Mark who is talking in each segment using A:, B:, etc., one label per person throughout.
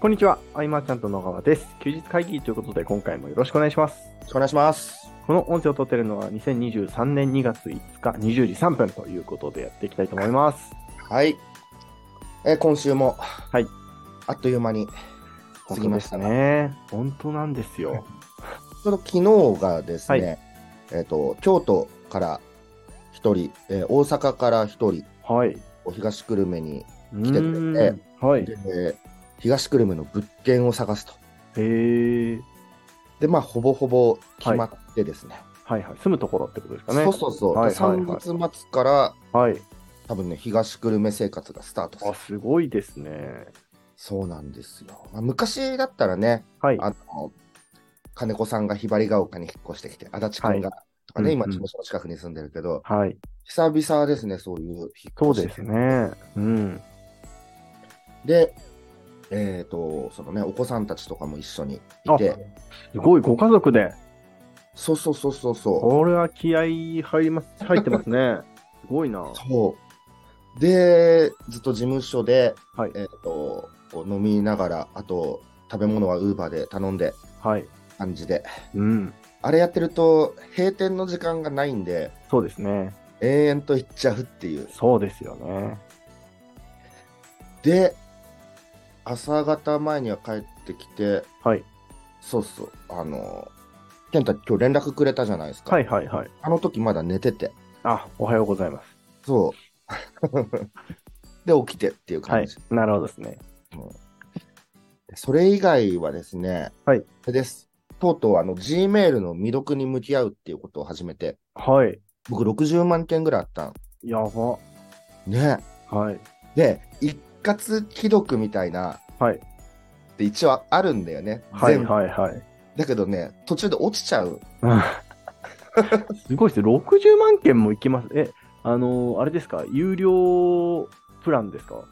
A: こんにちは、アイマーちゃんと野川です。休日会議ということで、今回もよろしくお願いします。
B: お願いします。
A: この音声を撮っているのは2023年2月5日20時3分ということでやっていきたいと思います。。
B: はい。えー今週も、はいあっという間に過ぎましたね。
A: ね。本当なんですよ。
B: ちょうど昨日がですね、
A: は
B: えっ、と、京都から一人、えー大阪から一人、
A: はい。
B: お東久留米に
A: 来
B: てくれて
A: はい。
B: で、えー東久留米の物件を探すと。
A: えー、
B: で、まあ、ほぼほぼ決まってですね。
A: はいはい。住むところってことですかね。
B: そうそうそう。
A: はい
B: で
A: はいはい
B: 3月末から、
A: はい。
B: 多分ね、東久留米生活がスタートする
A: あ、。すごいですね。
B: そうなんですよ。まあ、昔だったらね、
A: はい。
B: あの、金子さんがひばりが丘に引っ越してきて、足立くんが、とか
A: う
B: ね、
A: んうん
B: 今、事務所の近くに住んでるけど、
A: はい。
B: 久々ですね、そういう引
A: そ
B: っ
A: う
B: 越し
A: です。ね。うん。
B: で、えっ、と、そのね、お子さんたちとかも一緒にい
A: あ
B: て、
A: すごい、ご家族で。
B: そうそうそうそうそ
A: これは気合い入ります、入ってますね。 すごいな。
B: う。そう。で、ずっと事務所で、
A: はい
B: えっ、と、こう飲みながら、あと、食べ物はウーバーで頼んで、
A: はい。
B: 感じで。
A: うん。
B: あれやってると、閉店の時間がないんで、
A: そうですね。
B: 永遠と行っちゃうっていう。
A: そうですよね。
B: で朝方前には帰ってきて
A: はい。
B: そうそうあの健太今日連絡くれたじゃないですか、
A: はいはいはい。
B: あの時まだ寝てて
A: あ、おはようございます。
B: そうで起きてっていう
A: は
B: 感
A: い
B: じ、。
A: なるほどですね。
B: それ以外はですね
A: はい
B: あれですとうとうあの G メールの未読に向き合うっていうことを始めて
A: はい。
B: 僕60万件ぐらいあったん
A: やば。
B: ね
A: はい。
B: で一括既読みたいな
A: はい。
B: って一応あるんだよね、
A: はい
B: 全部
A: はいはい。
B: だけどね途中で落ちちゃう
A: うんすごいですね。60万件もいきます。え、あのーあれですか、有料プランですか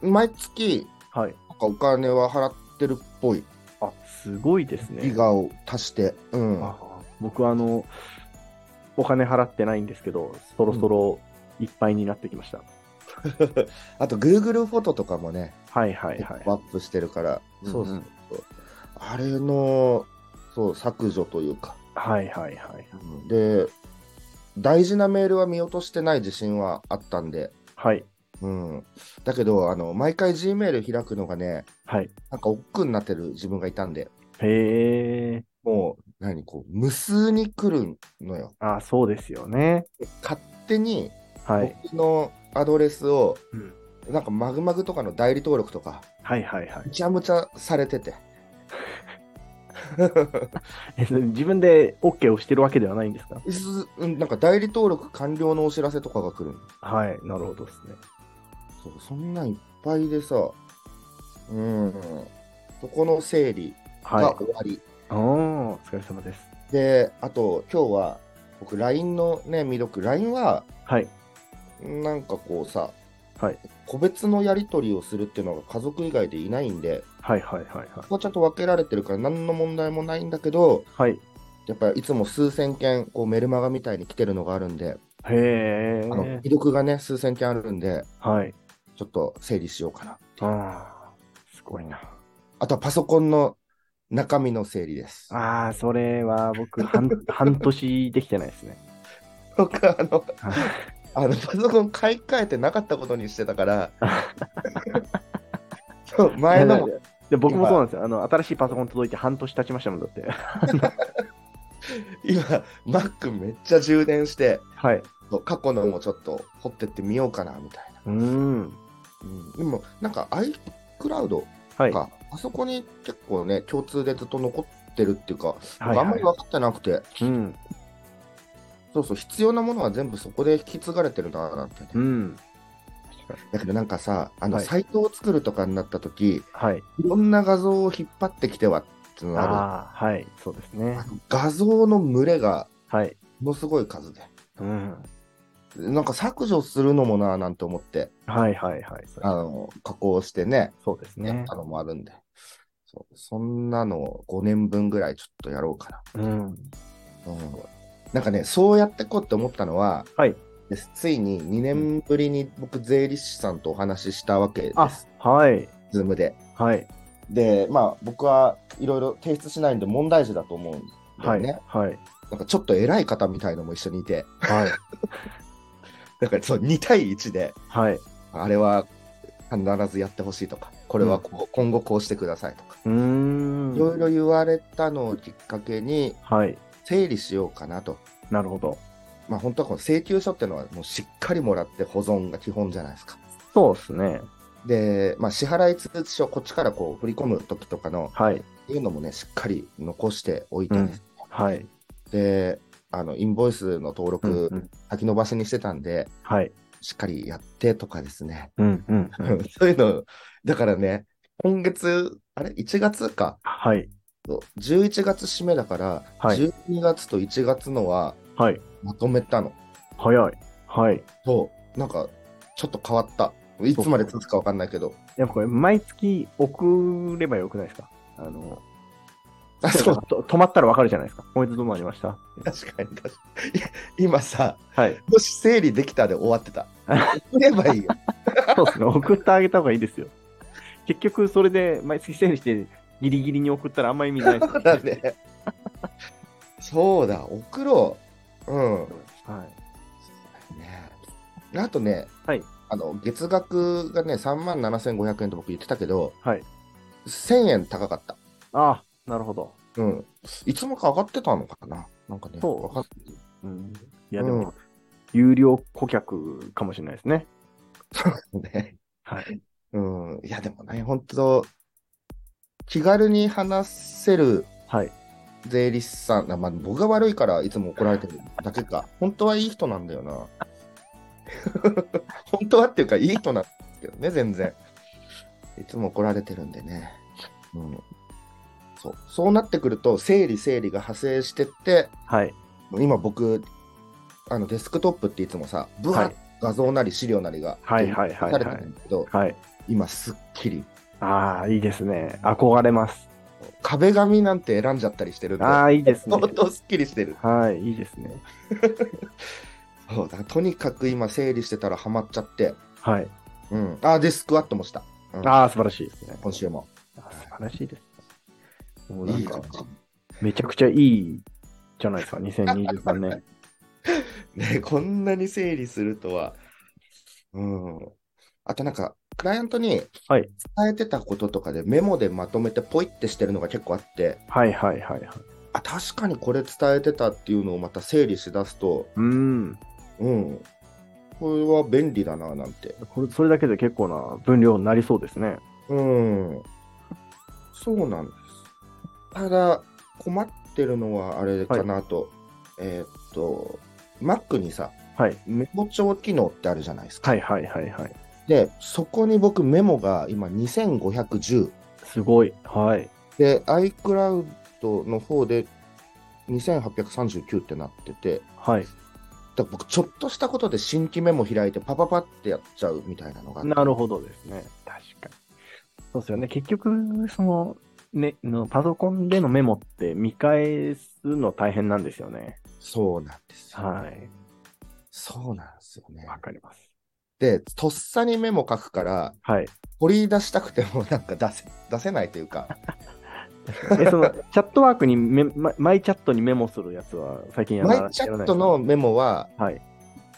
B: 毎月
A: はい。
B: なんかお金は払ってるっぽい。
A: あ、すごいですね
B: ギ。ガを足して。うん。
A: あ僕はあの、お金払ってないんですけど、そろそろいっぱいになってきました。
B: あと、Google フォトとかもね、
A: はいはい
B: ア
A: はい。
B: ップしてるから。
A: うん
B: そうそうそう。あれの、そう、削除というか。
A: はいはいはい。
B: で、大事なメールは見落としてない自信はあったんで。
A: はい。
B: うん。だけど、あの、毎回 G メール開くのがね、
A: はい。
B: なんか億劫になってる自分がいたんで、
A: へえ。
B: もう、何、こう、無数に来るのよ。
A: あ、そうですよね。
B: 勝手に、
A: はい。
B: 僕のアドレスを、
A: うん
B: なんかマグマグとかの代理登録とか、
A: はいはいはい
B: む。ちゃむちゃされてて。
A: えそれ自分で OK をしてるわけではないんですか
B: いつうんなんか代理登録完了のお知らせとかが来るの
A: はい。なるほどですね。
B: そうそんなんいっぱいでさ、うん、そこの整理
A: はい。
B: が終わり。
A: ああ、お疲れ様です。
B: で、あと今日は、僕 LINE のね、未読、LINE は、
A: はい。
B: なんかこうさ、
A: はい
B: 個別のやり取りをするっていうのが家族以外でいないんで、
A: はいはいはいはい
B: そ。こはちゃんと分けられてるから何の問題もないんだけど、
A: はい。
B: やっぱりいつも数千件こうメルマガみたいに来てるのがあるんで、
A: へ
B: あの
A: え。
B: 既読がね数千件あるんで
A: はい。
B: ちょっと整理しようかな
A: ああ、すごいな。
B: あとはパソコンの中身の整理です
A: ああ、それは 僕、半半年できてないですね。
B: 僕 あの
A: はい
B: あのパソコン買い替えてなかったことにしてたから そう前のも
A: で僕もそうなんですよ。あの、新しいパソコン届いて半年経ちましたもんだって。
B: 今 Mac めっちゃ充電して
A: はい。
B: そう過去のもちょっと掘ってってみようかなみたいな、
A: うーん。
B: うん、でもなんか iCloud
A: はい。
B: か、あそこに結構ね共通でずっと残ってるっていうか、
A: はい
B: あんまり分かってなくて
A: うん。
B: そうそう、必要なものは全部そこで引き継がれてるなぁなんて、ね
A: うん。
B: だけどなんかさ、あの、
A: はい
B: サイトを作るとかになった時、
A: はい。
B: い、ろんな画像を引っ張ってきてはっていうのがあ
A: ああ、はい。そうですね
B: る。。画像の群れが
A: はい。
B: ものすごい数で。
A: うん。
B: なんか削除するのもなぁなんて思って、
A: はいはいはい。そ
B: あ
A: う
B: の、加工してね、
A: そうです
B: や
A: ね
B: っ。たのもあるんで。そうそんなのを5年分ぐらいちょっとやろうか
A: うん。
B: な。うんなんかね、そうやってこうって思ったのは、
A: はい。
B: ですついに2年ぶりに僕、税理士さんとお話ししたわけで
A: あ
B: す。、
A: はい。
B: ズームで。
A: はい。
B: で、まあ、僕はいろいろ提出しないんで問題児だと思うんだ
A: は
B: よ
A: い
B: ね。。
A: はい。
B: なんかちょっと偉い方みたいのも一緒にいて、
A: はい。
B: なんかそう2対1で、
A: はい。
B: あれは必ずやってほしいとか、 これはこう、今後こうしてくださいとか、
A: うー
B: いろい
A: ん。
B: ろ言われたのをきっかけに
A: はい。
B: 整理しようかなと。
A: なるほど。
B: まあ本当はこの請求書っていうのはもうしっかりもらって保存が基本じゃないですか。
A: そうですね。
B: で、まあ、支払い通知書、こっちからこう振り込む時とかの、
A: はい。
B: っていうのもね、しっかり残しておいたんです。
A: はい。
B: で、あの、インボイスの登
A: うん
B: 録
A: うん。
B: 先延ばしにしてたんで、
A: はい。
B: しっかりやってとかですね。
A: うんうんうん。
B: そういうの、だからね、今月、あれ ?1 月か。
A: はい。
B: 11月締めだから、
A: はい
B: 12月と1月のは
A: はい。
B: まとめたの。
A: 早い。はい。
B: そう。なんか、ちょっと変わった。いつまで続くかわかんないけど。
A: やっぱこれ、毎月送ればよくないですかあの、
B: あ、そう、
A: と止まったらわかるじゃないですか。こいつ止まりました。
B: 確かに確かに。いや今さ、
A: はい。
B: もし整理できたで終わってた。送ればいいよ。
A: そうですね。送ってあげた方がいいですよ。結局、それで毎月整理して、ギリギリに送ったらあんま意味ないです
B: そうだ。ね。そうだ、送ろう。うん。
A: はい。
B: ねあとね、
A: はい
B: あの月額がね、3万7500円と僕言ってたけど、
A: はい
B: 1000円高かった。
A: ああ、なるほど。
B: うん。いつもか上がってたのかななんかね、
A: そう
B: わかん
A: うん。いや、で
B: う
A: も
B: ん、
A: 有料顧客かもしれないですね。
B: ないね。
A: はい。
B: うん。いや、でもね、本当気軽に話せる
A: はい。
B: 税理士さん、あまあ、僕が悪いからいつも怒られてるだけか、本当はいい人なんだ よな。本当はっていうか、いい人なんですけどね、全然。いつも怒られてるんでね。うん、そうそうなってくると、整理整理が派生してって、
A: はい。
B: 今僕、あのデスクトップっていつもさ、ブワ
A: は
B: ッ
A: い
B: 画像なり資料なりが、
A: はいはいはいはい
B: されてるんだけど、
A: はい。
B: 今、すっきり、
A: ああ、いいですね。憧れます。
B: 壁紙なんて選んじゃったりしてるんで、
A: ああ、いいですね
B: 相。当すっきりしてる。
A: はい、いいですね。
B: そうだからとにかく今整理してたらハマっちゃって、
A: はい。
B: うん、あーでスクワットもした
A: ああ、素晴らしいですね。
B: 今週も
A: あ素晴らしいです。もうないん
B: い
A: か
B: 感、じ
A: めちゃくちゃいいじゃないですか、2023年。
B: ねこんなに整理するとはうんあとなんかクライアントに
A: は
B: 伝
A: い
B: えてたこととかでメモでまとめてポイってしてるのが結構あって
A: はいはいはいはい。
B: あ確かにこれ伝えてたっていうのをまた整理しだすと
A: うん。
B: うんこれは便利だななんて
A: これそれだけで結構な分量になりそうですね。
B: うんそうなんです。ただ、困ってるのはあれかなと、えーっと、Mac にさ、
A: はい。
B: メモ帳機能ってあるじゃないですか。
A: はいはいはいはい。
B: で、そこに僕メモが今2510。
A: すごい。はい。
B: で、iCloud の方で2839ってなってて、
A: はい。
B: だから僕ちょっとしたことで新規メモ開いてパパパってやっちゃうみたいなのがあって
A: なるほどですね。確かに。そうですよね。結局、その、ね、のパソコンでのメモって見返すの大変なんですよね。
B: そうなんですよ。
A: はい。
B: そうなんですよね。
A: わかります。
B: で、とっさにメモ書くから、
A: はい。
B: 掘り出したくてもなんか出せ 出せないというか、
A: え、その、 チャットワークにメ、マイマイチャットにメモするやつは最近やら
B: マ
A: やらない
B: イチャッ
A: です
B: ト
A: ね
B: のメモは、
A: はい。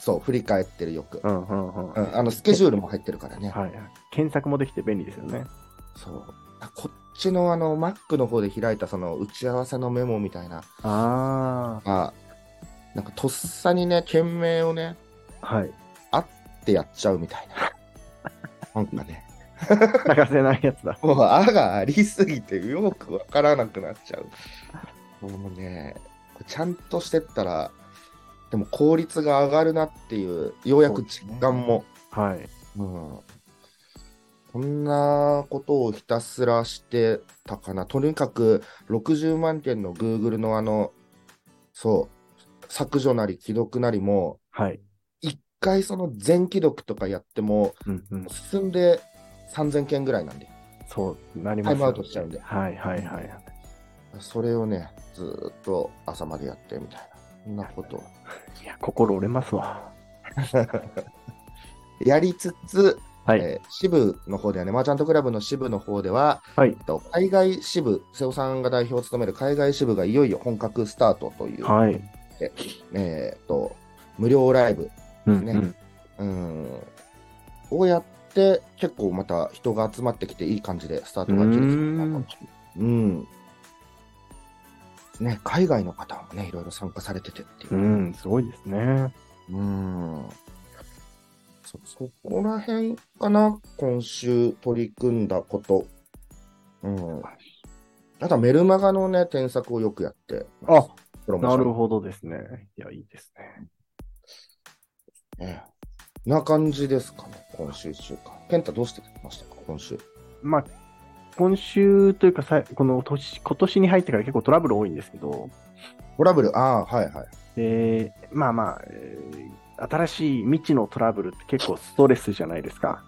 B: そう、振り返ってるよく
A: う。んうんうん。
B: うんあのスケジュールも入ってるからね。
A: はい。検索もできて便利ですよね。
B: そうあこっちのあの Mac の方で開いたその打ち合わせのメモみたいな、
A: あ
B: あなんかとっさにね、件名をね、
A: あ。はい。
B: ってやっちゃうみた いな。なんかね、
A: 欠かせないやつだ。
B: もうあがありすぎてよくわからなくなっちゃう。もうね、これちゃんとしてったら、でも効率が上がるなっていう、ようやく実感も。
A: はい。
B: うんこんなことをひたすらしてたかな。とにかく60万件の Google のあの、そう、削除なり既読なりも、
A: はい。
B: 一回その全既読とかやっても、
A: うんうん。
B: 進んで3000件ぐらいなんで、
A: そうなりま
B: タ
A: すよ
B: イムアウトしちゃうんで、
A: はいはいはい。
B: それをね、ずーっと朝までやってみたいな、そんなことを
A: いや、心折れますわ。
B: やりつつ、
A: はい。
B: えー支部の方ではね、マーチャントクラブの支部の方では、
A: はい
B: えっと海外支部、瀬尾さんが代表を務める海外支部がいよいよ本格スタートという、
A: はい。
B: えーっと無料ライブ
A: うん、
B: ね
A: うん。
B: うんをやって、結構また人が集まってきて、いい感じでスタートが切れてきたなとうんね、海外の方もね、いろいろ参加されててっていう。
A: うん、すごいですね。
B: うーんそそこら辺かな、今週取り組んだこと。うん。あとはメルマガのね、添削をよくやってます。
A: あ
B: プロモー
A: な
B: ション
A: るほどですね。いや、いいですね。
B: ええな感じですかね、今週一週間。健太どうしてましたか、今週。
A: まあ、今週というかさ、この年、今年に入ってから結構トラブル多いんですけど、
B: トラブル、ああ、はいはい。
A: で、まあまあ、えー新しい未知のトラブルって結構ストレスじゃないですか。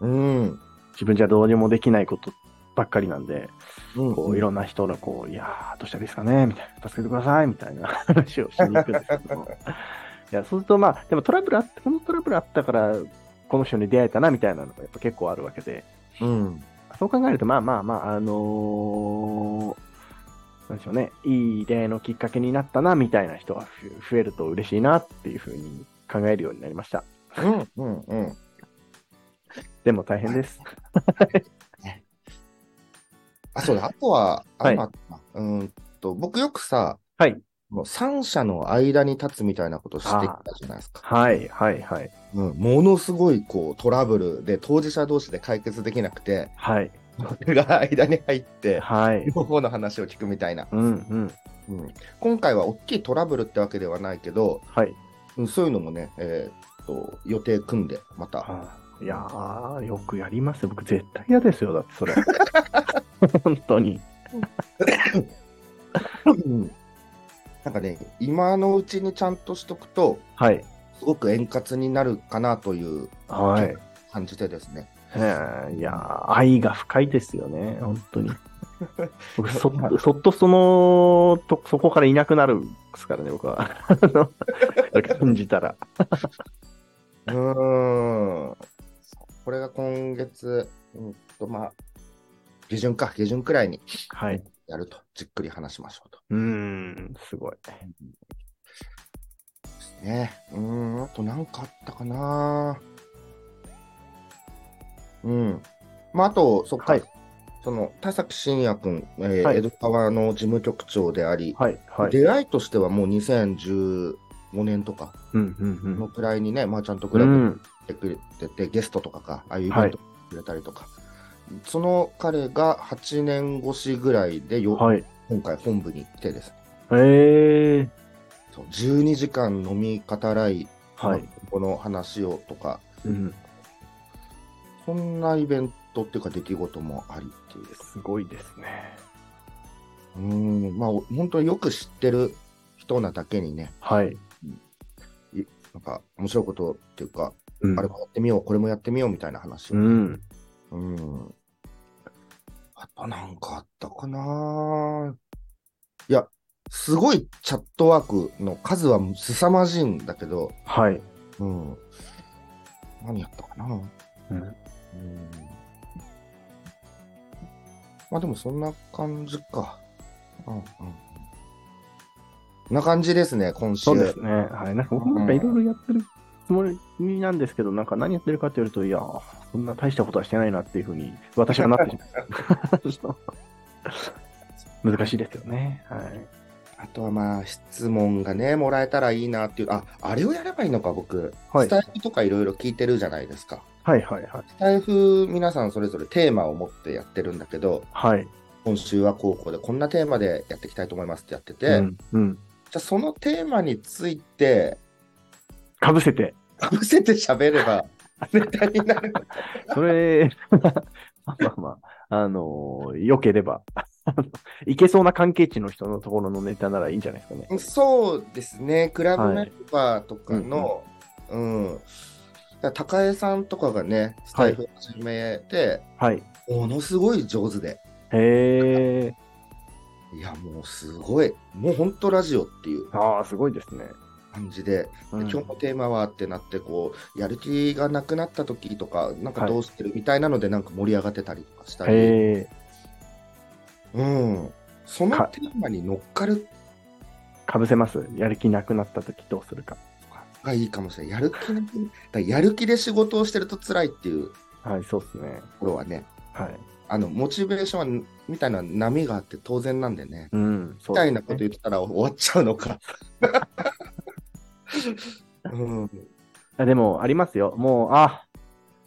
B: うん。
A: 自分じゃどうにもできないことばっかりなんで、
B: うん、
A: こういろんな人のこう、いやー、どうしたらいいですかねみたいな、助けてくださいみたいな話をしに行くんですけども。 いや、そうするとまあ、でもトラブルあった、このトラブルあったから、この人に出会えたなみたいなのがやっぱ結構あるわけで、
B: うん。
A: そう考えると、まあまあまあ、あのーなんでしょうね、いい出会いのきっかけになったな、みたいな人がふ増えると嬉しいなっていうふうに考えるようになりました。
B: うん。うん。うん。
A: でも大変です。
B: あ、そうだ、あとは、
A: は
B: あ
A: い
B: の、あうーんと、僕よくさ、
A: はい。
B: もう三者の間に立つみたいなことしてきたじゃないですか。
A: はい、はい、はい。
B: うん、ものすごいこうトラブルで当事者同士で解決できなくて、
A: はい、
B: 僕が間に入って、
A: はい。
B: 両方の話を聞くみたいな、
A: うん、うん。
B: うん。今回は大きいトラブルってわけではないけど、
A: はい。
B: うんそういうのもね、えーっと、予定組んで、ま た。
A: あーいやー、よくやりますよ。僕絶対嫌ですよ。だってそれ。 本当に。
B: うんなんかね、今のうちにちゃんとしとくと、
A: はい。
B: すごく円滑になるかなという
A: はい。
B: 感じでですね。
A: えーいやー、愛が深いですよね、本当 に。僕そっと、そっとそのと、そこからいなくなるですからね、僕は。あの感じたら。
B: うーん。これが今月、うんと、まあ、下旬か、下旬くらいに
A: はい。
B: やると、じっくり話しましょうと。
A: うーん、すごい。
B: ね。うーん、あと何かあったかなうん。まあ、あと、そっか、
A: はい
B: その、田崎真也君、えー
A: はい
B: 江戸川の事務局長であり、
A: はい、はい。
B: 出会いとしてはもう2015年とか
A: うん、う
B: この
A: ん、
B: くらいにね、マーチャント
A: う
B: ク
A: ん。う
B: ラブ
A: ん、
B: やってくれてて、ゲストとかか、ああいうイベ
A: は
B: ン
A: い
B: トくれたりとか、その彼が8年越しぐらいでよ、
A: はい。
B: 今回本部に行ってですね、
A: えー、
B: そう12時間飲み語らい、
A: はい。
B: この話をとか、
A: うん、
B: そんなイベントっていうか出来事もありっていう。
A: すごいですね。
B: うーん、まあお本当によく知ってる人なだけにね、
A: はい。
B: なんか面白いことっていうか、
A: うん
B: あれもやってみよう、これもやってみようみたいな話を。
A: うん。
B: うん。あとなんかあったかないや、すごいチャットワークの数は凄まじいんだけど、
A: はい。
B: うん。何やったかなうん。
A: うん
B: まあでもそんな感じか。うんうんうん。こんな感じですね、今週。
A: そうですね。はい。なんか僕もなんかいろいろやってるつもりなんですけど、なんか何やってるかというと、いやー、そんな大したことはしてないなっていうふうに、私はなってしまう。 難しいですよね。はい。
B: あとはまあ質問がね、もらえたらいいなっていう。あ、あれをやればいいのか、僕。
A: はい
B: スタイフとかいろいろ聞いてるじゃないですか。
A: はいはいはい。
B: スタイフ皆さんそれぞれテーマを持ってやってるんだけど、
A: はい。
B: 今週は高校でこんなテーマでやっていきたいと思いますってやってて、
A: うん
B: じ。
A: うん。
B: ゃあそのテーマについて、
A: かぶせて。
B: かぶせて喋 れば、ネタになる。
A: それ、 まあまあまあ、あのー、良ければ、 いけそうな関係値の人のところのネタならいいんじゃないですかね。
B: そうですね、クラブメンバーとかの、うん、だから高江さんとかがね、スタイフ始めて、
A: はい。
B: ものすごい上手で、
A: へえ。
B: いや、もうすごい、もう本当ラジオっていう、
A: ああ、すごいですね。
B: 感じで、
A: うん
B: 今日のテーマはってなってこう、やる気がなくなった時とか、なんか
A: はい
B: どうしてるみたいなので、なんか盛り上がってたりとかしたり、
A: へえ、
B: うん、その
A: か
B: テーマに乗っかる
A: かぶせます。やる気なくなった時どうするか。
B: がいいかもしれない。やる気なくだからやる気で仕事をしてると辛いっていうと
A: はい、そうですね。
B: ころはね、
A: はい。
B: あのモチベーションはみたいな波があって当然なんでね、
A: うん、そう
B: みた
A: ですね
B: いなこと言ってたら終わっちゃうのか。うん、
A: あでも、ありますよ。もう、あ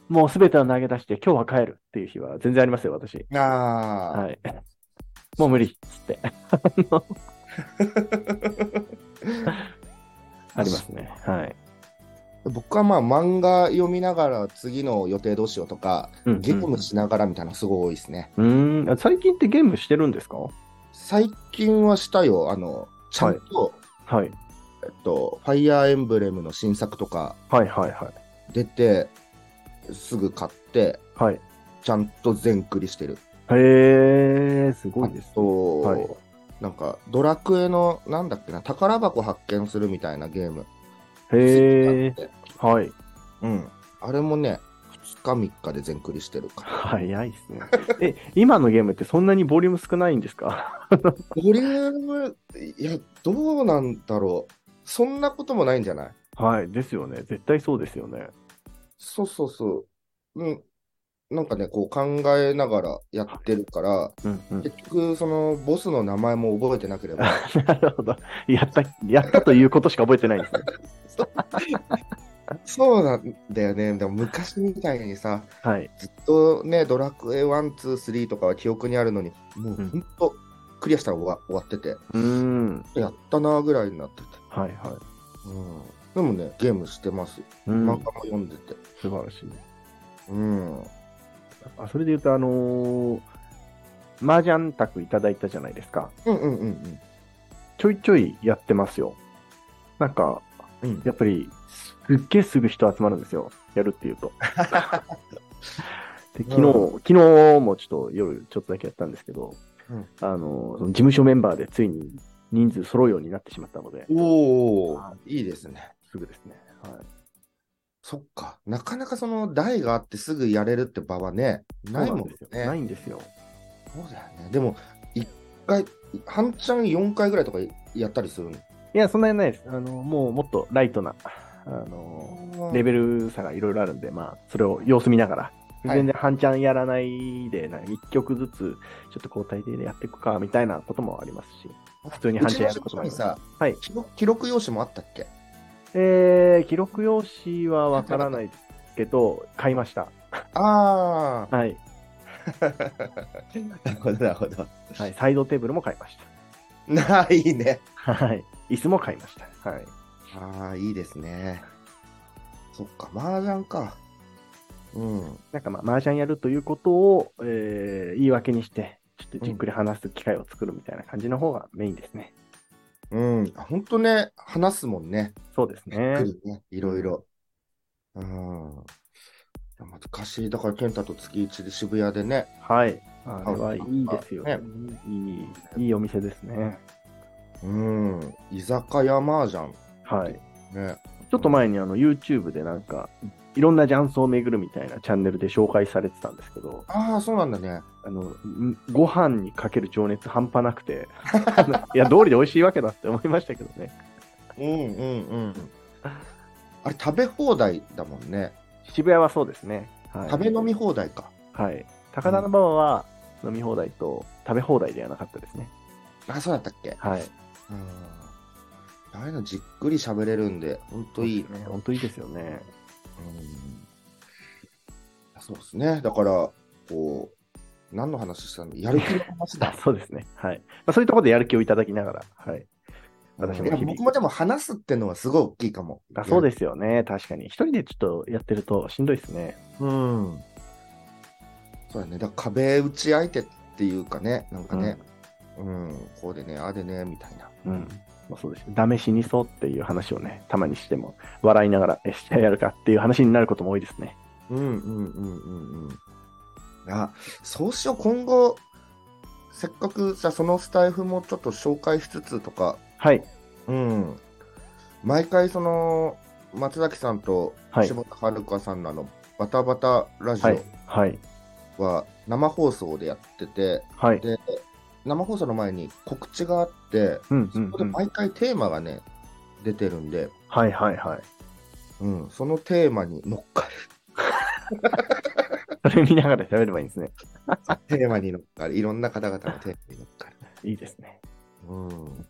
A: もうすべてを投げ出して、今日は帰るっていう日は全然ありますよ、私。
B: ああ、
A: はい。 もう無理っつって。ありますね。はい。
B: 僕はまあ漫画読みながら次の予定どうしようとか、
A: うんうん
B: ゲームしながらみたいなのすごい多いですね。
A: うーんあ最近ってゲームしてるんですか
B: 最近はしたよ、あの、ちゃんと、
A: はい。
B: えっと、ファイアーエンブレムの新作とか
A: はいはいはい。
B: 出て、すぐ買って、
A: はい。
B: ちゃんと全クリしてる。
A: へー、すごいです
B: あ。と、
A: はい
B: なんか、ドラクエの、なんだっけな、宝箱発見するみたいなゲーム。
A: へー、
B: ー。
A: はい。
B: うん。あれもね、2日3日で全クリしてるから。
A: 早いっすね。え、今のゲームってそんなにボリューム少ないんですか
B: ボリューム、いや、どうなんだろう。そんなこともないんじゃない
A: はい。ですよね。絶対そうですよね。
B: そうそうそう。うん。なんかね、こう考えながらやってるから、
A: うんうん。
B: 結局、そのボスの名前も覚えてなければ、
A: なるほど。やった、やったということしか覚えてないん ですね。
B: そうなんだよね。でも昔みたいにさ、
A: はい。
B: ずっとね、ドラクエ1、2、3とかは記憶にあるのに、もう
A: うん
B: ほんと、クリアしたら終わ終わってて、
A: うーん。
B: やったなーぐらいになってて。
A: はいはい。
B: うん。でもね、ゲームしてます。
A: うん
B: 漫画も読んでて。
A: 素晴らしい。
B: うん。
A: あそれで言うと、あのー、麻雀卓いただいたじゃないですか。
B: うんうんうん
A: ちょいちょいやってますよ。なんか、
B: うん。うん
A: やっぱり、すっげえすぐ人集まるんですよ。やるっていう と。で昨日、
B: う
A: 昨日もちょっと夜ちょっとだけやったんですけど、
B: うん
A: あのー、その事務所メンバーでついに人数揃うようになってしまったので、
B: おー、いいですね。
A: すぐですね。はい。
B: そっか、なかなかその台があってすぐやれるって場はね、ないもんね。
A: そ
B: そう
A: なんですよ
B: う
A: ないんですよ。
B: だよね。でも、一回、半チャン4回ぐらいとかやったりする
A: い
B: の
A: や、そんなにないです。あの、もうもっとライトな、あの、レベル差がいろいろあるんで、まあ、それを様子見ながら、
B: はい
A: 全然半チャンやらないで、な1曲ずつ、ちょっと交代でやっていくか、みたいなこともありますし、普通に半チャンやることもあ
B: う
A: り
B: ちの
A: ま
B: 職場にさ、
A: す。はい。
B: 記録記録用紙もあったっけ
A: えー、記録用紙はわからないですけど、買いました。
B: ああ。
A: はい。
B: なるほど、なるほど。
A: はい。サイドテーブルも買いまし
B: ないね。
A: た。はい。椅子も買いました。はい。
B: ああ、いいですね。そっか、麻雀か。うん。
A: なんかまあ、麻雀やるということを、えー言い訳にして、ちょっとじっくり話す機会を作るみたいな感じの方がメインですね。
B: うん。ほんとね、話すもんね。
A: そうですね。
B: 来るね、いろいろ。うん。難しい。だから、健太と月一で渋谷でね、
A: はい。あれはいいですよ、
B: ね
A: いい。いいお店ですね。
B: うん、居酒屋麻雀。
A: はい。
B: ね。
A: ちょっと前にあの YouTube でなんか、いろんなジャンスを巡るみたいなチャンネルで紹介されてたんですけど、
B: ああ、そうなんだね。
A: あの、んご飯にかける情熱半端なくて、 いや、道理で美味しいわけだって思いましたけどね。
B: うんうんうん。あれ、食べ放題だもんね。
A: 渋谷はそうですね。はい、
B: 食べ飲み放題か。
A: はい。高田馬場は飲み放題と食べ放題ではなかったですね。
B: あ、そうだったっけ。
A: はい。
B: うん。ああいうのじっくり喋れるんで、ほんといい。
A: ね。本当いいですよね。
B: うんそうですね。だから、こう、何の話したのやる気の話
A: あ。
B: だ
A: そうですね。はい。まあ、そういうところでやる気をいただきながら、はい。私も
B: いや
A: 日々
B: 僕もでも話すってのはすごい大きいかも。
A: あそうですよね、確かに。一人でちょっとやってるとしんどいですね。
B: うん。そうだね。だから壁打ち相手っていうかね、なんかね、うん、こうでね、ああでね、みたいな。
A: うん。まあ、そうですよダメ死にそうっていう話をね、たまにしても、笑いながら、え、してやるかっていう話になることも多いですね。
B: うんうんうんうんうん。あ、そうしよう、今後、せっかくさ、そのスタイフもちょっと紹介しつつとか、
A: はい。
B: うん。毎回その松崎さんと
A: はい
B: 柴田遥香さんらのバタバタラジ
A: はい。はい。
B: オは生放送でやってて、
A: はい。
B: で生放送の前に告知があって、
A: うんう
B: そ
A: ん
B: こ
A: う
B: で
A: ん。
B: 毎回テーマがね、出てるんで、
A: はいはいはい。
B: うん、そのテーマに乗っか
A: それ見ながら喋ればいいんですね。
B: る、 テーマに乗っかる、いろんな方々のテーマに乗っかる。
A: いいですね。
B: うん、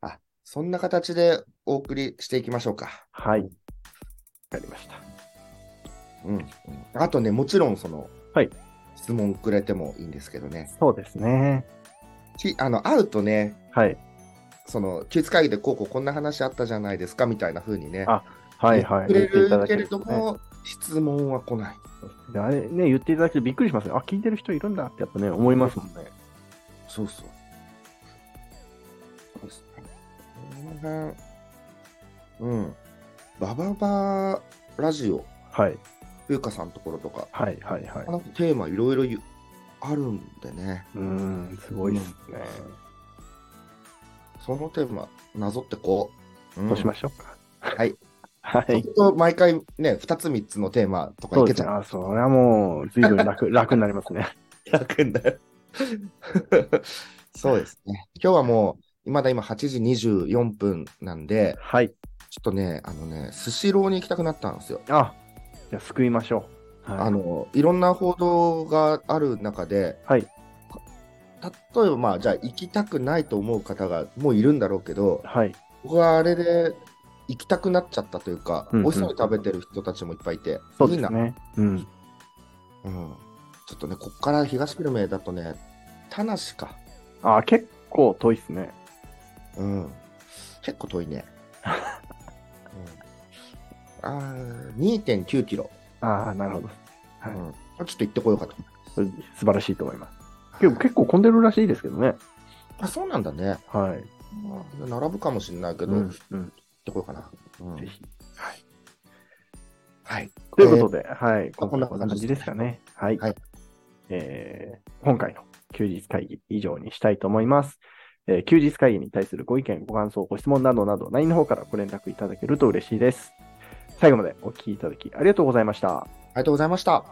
B: あそんな形でお送りしていきましょうか。
A: はい。わかりました。
B: うん、あとね、もちろんその、
A: はい
B: 質問くれてもいいんですけどね、
A: そうですね。
B: きあの会うとね、
A: はい。
B: その休日会議でこうこうこんな話あったじゃないですかみたいな風にね、
A: あはいはい。
B: 言ってくれ
A: 言っ
B: る
A: て
B: け
A: い
B: れ
A: た
B: ど
A: だるとね
B: も、質問は来ない。
A: であれね、言っていただけてびっくりしますよあ、聞いてる人いるんだってやっぱね、思いますもんね。
B: そうそう。そうですね。この辺うん。バババラジオ、
A: はい。
B: ゆうかさんのところとか、
A: はいはいはい。
B: なんかテーマいろいろゆあるんでね、
A: うーん、すごいですね。
B: そのテーマ、なぞってこう。うん
A: そうしましょうか。
B: はい。
A: は
B: そう
A: い
B: す。ると毎回ね、2つ3つのテーマとか
A: そ
B: いうけ
A: です
B: ち
A: ね。
B: ゃう。
A: あ、それはもう、随分 楽、楽になりますね。
B: 楽になるそうですね。今日はもう、まだ今8時24分なんで、
A: はい。
B: ちょっとね、あのね、スシローに行きたくなったんですよ。
A: あ、じゃあ救いましょう。はい。
B: あのいろんな報道がある中で、
A: はい
B: 例えば、まあ、じゃあ行きたくないと思う方がもういるんだろうけど、
A: はい。
B: 僕はあれで行きたくなっちゃったというか、
A: うんうん
B: 美味しそうに食べてる人たちもいっぱいいて、
A: そうで
B: いい
A: す
B: な、
A: ね。うん。
B: うん、ちょっとね、こっから東久留米だとね、田無か、
A: あ、結構遠いですね。
B: うん、結構遠いね。うん、あー2.9キロ、
A: ああ、なるほど。
B: う
A: はい
B: ん、ちょっと行ってこようかと
A: それ素晴らしいと思います。
B: 思
A: で
B: い
A: も
B: ます。
A: 結構混んでるらしいですけどね。
B: あそうなんだね、
A: はい。
B: 並ぶかもしれないけど、
A: うんうん
B: ってこようかな。うん
A: ぜひ。はい。
B: はい。
A: ということで、はい。
B: まあ
A: 今回はこんな感じですかね。はい。
B: はい
A: えー今回の休日会議以上にしたいと思います。えー休日会議に対するご意見、ご感想、ご質問などなど、LINE の方からご連絡いただけると嬉しいです。最後までお聞きいただきありがとうございました。
B: ありがとうございました。